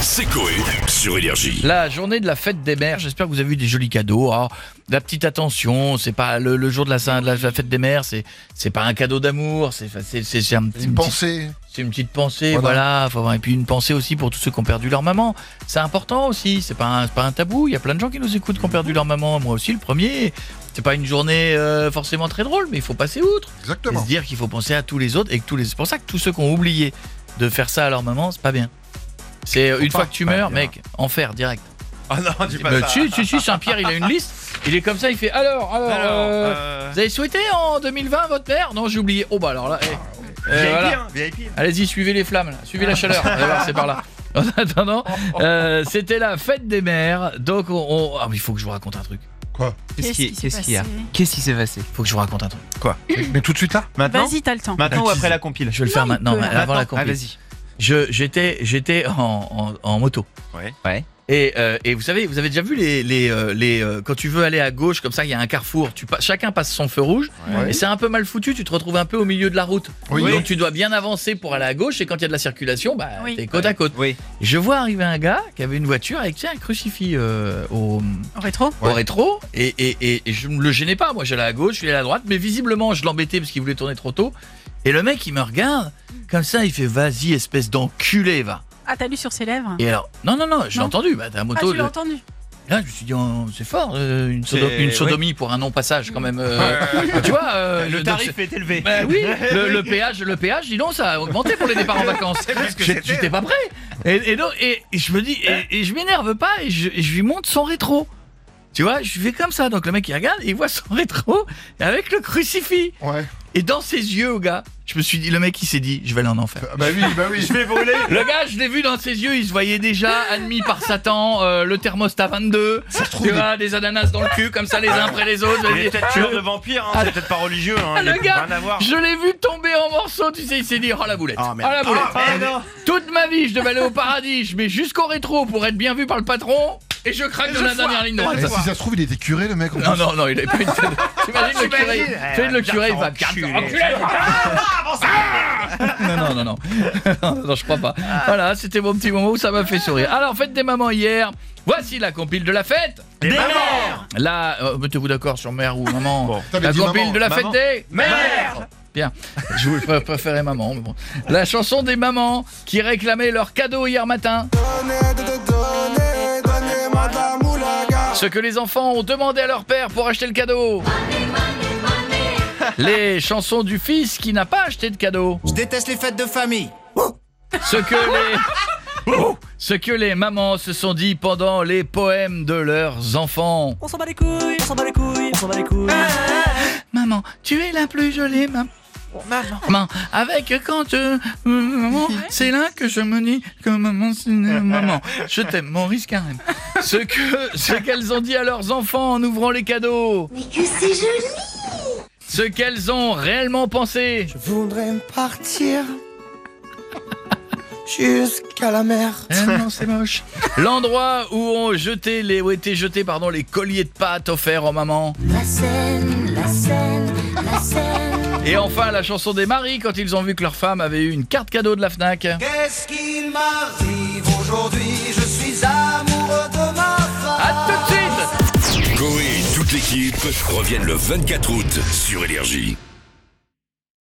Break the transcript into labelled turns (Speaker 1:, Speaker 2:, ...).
Speaker 1: C'est Coé sur Énergie.
Speaker 2: La journée de la fête des mères, j'espère que vous avez eu des jolis cadeaux. Alors, la petite attention, c'est pas le, le jour de la, Saint- de la- de la fête des mères, c'est c'est pas un cadeau d'amour, c'est c'est- c'est- c'est un- c'est
Speaker 3: Une
Speaker 2: une, petite-
Speaker 3: pensée.
Speaker 2: c'est une petite pensée,
Speaker 3: Voilà.
Speaker 2: voilà. faut avoir- et puis une pensée aussi pour tous ceux qui ont perdu leur maman. C'est important aussi, c'est pas, un- c'est pas un tabou. Il y a plein de gens qui nous écoutent qui ont perdu leur maman, moi aussi le premier. C'est pas une journée euh, forcément très drôle, mais il faut passer outre. Et se
Speaker 3: Exactement.
Speaker 2: dire qu'il faut penser à tous les autres et que tous les. C'est pour ça que tous ceux qui ont oublié de faire ça à leur maman, c'est pas bien. C'est une
Speaker 3: pas,
Speaker 2: fois que tu
Speaker 3: pas
Speaker 2: meurs,
Speaker 3: bien.
Speaker 2: mec, enfer direct.
Speaker 4: Ah non, dis pas
Speaker 2: Mais
Speaker 4: ça.
Speaker 2: si, si, si, Saint-Pierre, il a une liste. Il est comme ça, il fait alors, alors.
Speaker 4: Alors,
Speaker 2: euh,
Speaker 4: euh,
Speaker 2: Vous avez souhaité en 2020 votre mère Non, j'ai oublié. Oh bah alors là. eh. Euh,
Speaker 4: VIP,
Speaker 2: voilà.
Speaker 4: hein, VIP.
Speaker 2: Allez-y, suivez les flammes, là. suivez la chaleur. Allez voir, c'est par là. En attendant, euh, c'était la fête des mères. Donc on, on- ah oui, il faut que je vous raconte un truc.
Speaker 5: Qu'est-ce qui-
Speaker 6: s'est
Speaker 5: qu'est-ce qu'il y a
Speaker 6: passé
Speaker 5: Qu'est-ce qui s'est passé
Speaker 2: Faut que je vous raconte un truc.
Speaker 3: Mais tout de suite là
Speaker 4: Maintenant
Speaker 6: Vas-y, t'as le temps.
Speaker 4: Maintenant ou
Speaker 5: Teaser.
Speaker 4: après la compile
Speaker 2: Je vais le faire
Speaker 6: il
Speaker 2: maintenant,
Speaker 6: peut.
Speaker 2: mais avant la
Speaker 5: Ah,
Speaker 2: compil.
Speaker 5: vas-y.
Speaker 2: Je j'étais j'étais en, en- en moto.
Speaker 4: Ouais.
Speaker 5: Ouais.
Speaker 2: Et, euh, et vous savez, vous avez déjà vu les les, euh, les, euh, quand tu veux aller à gauche comme ça, il y a un carrefour. Tu pa- chacun passe son feu rouge.
Speaker 3: Ouais.
Speaker 2: Et c'est un peu mal foutu. Tu te retrouves un peu au milieu de la route.
Speaker 3: Oui.
Speaker 2: Donc tu dois bien avancer pour aller à gauche. Et quand il y a de la circulation, bah
Speaker 6: Oui.
Speaker 2: t'es côte à côte.
Speaker 5: Oui.
Speaker 2: Je vois arriver un gars qui avait une voiture avec tiens, un crucifix euh, au,
Speaker 6: Au rétro
Speaker 2: au rétro et, et, et, et je ne le gênais pas. Moi, j'allais à gauche, je allé à droite, mais visiblement, je l'embêtais parce qu'il voulait tourner trop tôt. Et le mec, il me regarde comme ça, il fait Vas-y, espèce d'enculé, va.
Speaker 6: Ah, t'as lu sur ses lèvres
Speaker 2: Et alors, non, non, non, je l'ai
Speaker 6: Non.
Speaker 2: entendu. Bah, ta
Speaker 6: Ah,
Speaker 2: moto.
Speaker 6: tu l'as
Speaker 2: le-
Speaker 6: entendu
Speaker 2: Là, je me suis dit, oh, c'est fort, euh, une, sodo-
Speaker 4: C'est-
Speaker 2: une sodomie pour un non-passage, quand même. euh, tu vois, euh,
Speaker 4: Le
Speaker 2: donc
Speaker 4: tarif
Speaker 2: c'est-
Speaker 4: est élevé.
Speaker 2: Bah oui, le, le péage, le péage, dis donc, ça a augmenté pour les départs en vacances.
Speaker 4: plus que
Speaker 2: Je-
Speaker 4: c'était.
Speaker 2: Tu t'es pas prêt et, et donc, et, et je me dis, et, et je m'énerve pas, et je, et je lui monte son rétro. Tu vois, je fais comme ça. Donc le mec il regarde, il voit son rétro avec le crucifix.
Speaker 3: Ouais.
Speaker 2: Et dans ses yeux, au gars, je me suis dit, le mec il s'est dit, je vais aller en enfer.
Speaker 3: Bah oui, bah oui.
Speaker 4: Je vais brûler.
Speaker 2: Le gars, je l'ai vu dans ses yeux, il se voyait déjà admis par Satan, euh, le thermostat 22, tu vois, des ananas dans le cul, comme ça les uns après les autres.
Speaker 4: Il est peut-être tueur
Speaker 2: Je-
Speaker 4: de vampire, hein, c'est peut-être pas religieux. Hein,
Speaker 2: Ah,
Speaker 4: il a
Speaker 2: le gars,
Speaker 4: rien à voir.
Speaker 2: Je l'ai vu tomber en morceaux, tu sais, il s'est dit, oh la boulette, oh, la boulette.
Speaker 4: Ah non
Speaker 2: Toute ma vie, je devais aller au paradis, je mets jusqu'au rétro pour être bien vu par le patron, et je craque
Speaker 4: Et
Speaker 2: de
Speaker 4: je
Speaker 2: la
Speaker 4: foire.
Speaker 2: dernière ligne droite.
Speaker 3: Mais si ça se trouve, il était curé le mec. en
Speaker 2: Non,
Speaker 3: plus.
Speaker 2: non, non, il avait pas une tête. T'imagines le curé T'imagines le curé, il va
Speaker 4: Enculé.
Speaker 2: Enculé, putain. Non, non, non, non. Non, non, je crois pas. Voilà, c'était mon petit moment où ça m'a fait sourire. Alors, fête des mamans hier. Voici la compile de la fête.
Speaker 4: Des mères
Speaker 2: Là, euh, mettez-vous d'accord sur mère ou maman.
Speaker 4: Bon.
Speaker 3: T'avais
Speaker 2: La
Speaker 3: dit
Speaker 2: compile
Speaker 3: maman.
Speaker 2: de la
Speaker 4: Maman.
Speaker 2: fête des
Speaker 4: Mère
Speaker 2: Bien, je vous pré- préférais maman, mais bon. La chanson des mamans qui réclamaient leur cadeau hier matin. Ce que les enfants ont demandé à leur père pour acheter le cadeau. Les chansons du fils qui n'a pas acheté de cadeau.
Speaker 7: Je déteste les fêtes de famille.
Speaker 2: Ce que les. Ce que les mamans se sont dit pendant les poèmes de leurs enfants.
Speaker 7: On s'en bat les couilles, on s'en bat les couilles, on s'en bat les couilles.
Speaker 2: Ah. Maman, tu es la plus jolie maman. Maman, avec quand euh, euh, maman, c'est là que je me dis que maman, c'est une maman. Je t'aime, Maurice Carême. Ce que, ce qu'elles ont dit à leurs enfants en ouvrant les cadeaux,
Speaker 8: Mais que c'est joli
Speaker 2: ce qu'elles ont réellement pensé,
Speaker 7: Je voudrais partir jusqu'à la mer.
Speaker 2: Ah non, c'est moche. l'endroit où ont jeté les, où étaient jetés pardon les colliers de pâtes offerts aux mamans,
Speaker 8: La scène, la scène, la scène.
Speaker 2: et enfin la chanson des maris quand ils ont vu que leur femme avait eu une carte cadeau de la Fnac.
Speaker 7: Qu'est-ce qu'il m'arrive aujourd'hui Je suis amoureux de ma femme.
Speaker 2: À tout de suite.
Speaker 1: Coé et toute l'équipe reviennent le 24 août sur Énergie.